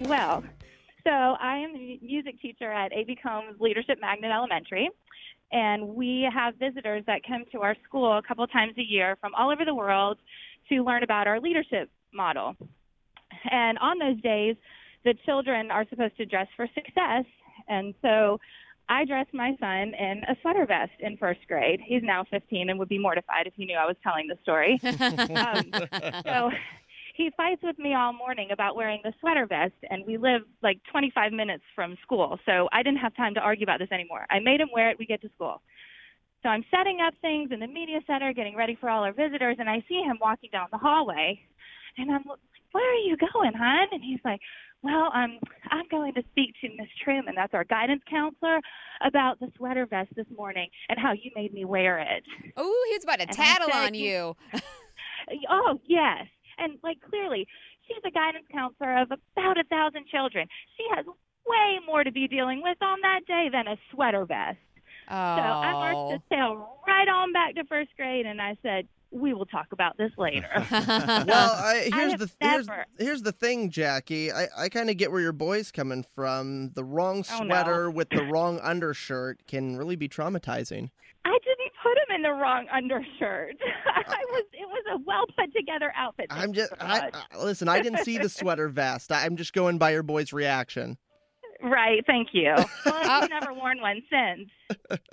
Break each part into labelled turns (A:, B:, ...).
A: Well, so I am the music teacher at A.B. Combs Leadership Magnet Elementary, and we have visitors that come to our school a couple times a year from all over the world to learn about our leadership model. And on those days, the children are supposed to dress for success, and so I dressed my son in a sweater vest in first grade. He's now 15 and would be mortified if he knew I was telling the story. um, so he fights with me all morning about wearing the sweater vest, and we live like 25 minutes from school. So I didn't have time to argue about this anymore. I made him wear it. We get to school. So I'm setting up things in the media center, getting ready for all our visitors, and I see him walking down the hallway, and I'm like, "Where are you going, hon?" And he's like, "Well, um, I'm going to speak to Miss Truman, that's our guidance counselor, about the sweater vest this morning and how you made me wear it."
B: Oh, he's about to
A: And I
B: tattle
A: said,
B: on you.
A: Oh, yes. And like clearly, she's a guidance counselor of about a thousand children. She has way more to be dealing with on that day than a sweater vest.
B: Oh,
A: So I marched his tail right on back to first grade, and I said, "We will talk about this later."
C: well, I, here's
A: have
C: the here's,
A: never-
C: here's the thing, Jackie. I, I kind of get where your boy's coming from. The wrong
A: Oh, no.
C: sweater with the wrong undershirt can really be traumatizing.
A: I didn't put him in the wrong undershirt. I was it was a well put together outfit.
C: I'm
A: Thank
C: just
A: you so
C: I,
A: much.
C: I- listen. I didn't see the sweater vest. I, I'm just going by your boy's reaction.
A: right. Thank you. Well,
B: Uh,
A: he's never worn one since.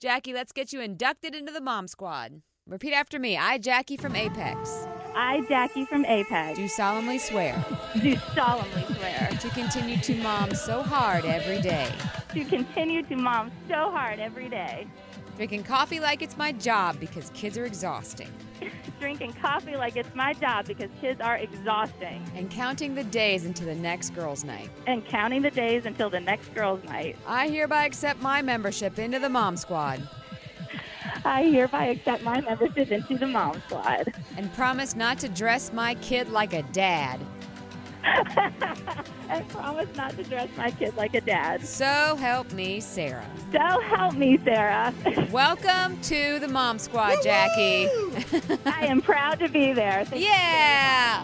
B: Jackie, let's get you inducted into the mom squad. Repeat after me. I, Jackie from Apex,
A: I, Jackie from Apex,
B: do solemnly swear
A: do solemnly swear.
B: to continue to mom so hard every day,
A: to continue to mom so hard every day,
B: drinking coffee like it's my job because kids are exhausting,
A: drinking coffee like it's my job because kids are exhausting,
B: and counting the days until the next girls' night.
A: and counting the days until the next girls' night.
B: I hereby accept my membership into the mom squad
A: I hereby accept my membership into the mom squad.
B: and promise not to dress my kid like a dad.
A: I promise not to dress my kid like a dad.
B: So help me, Sarah.
A: So help me, Sarah.
B: Welcome to the mom squad, Jackie.
A: I am proud to be there. Thank you.
B: Yeah.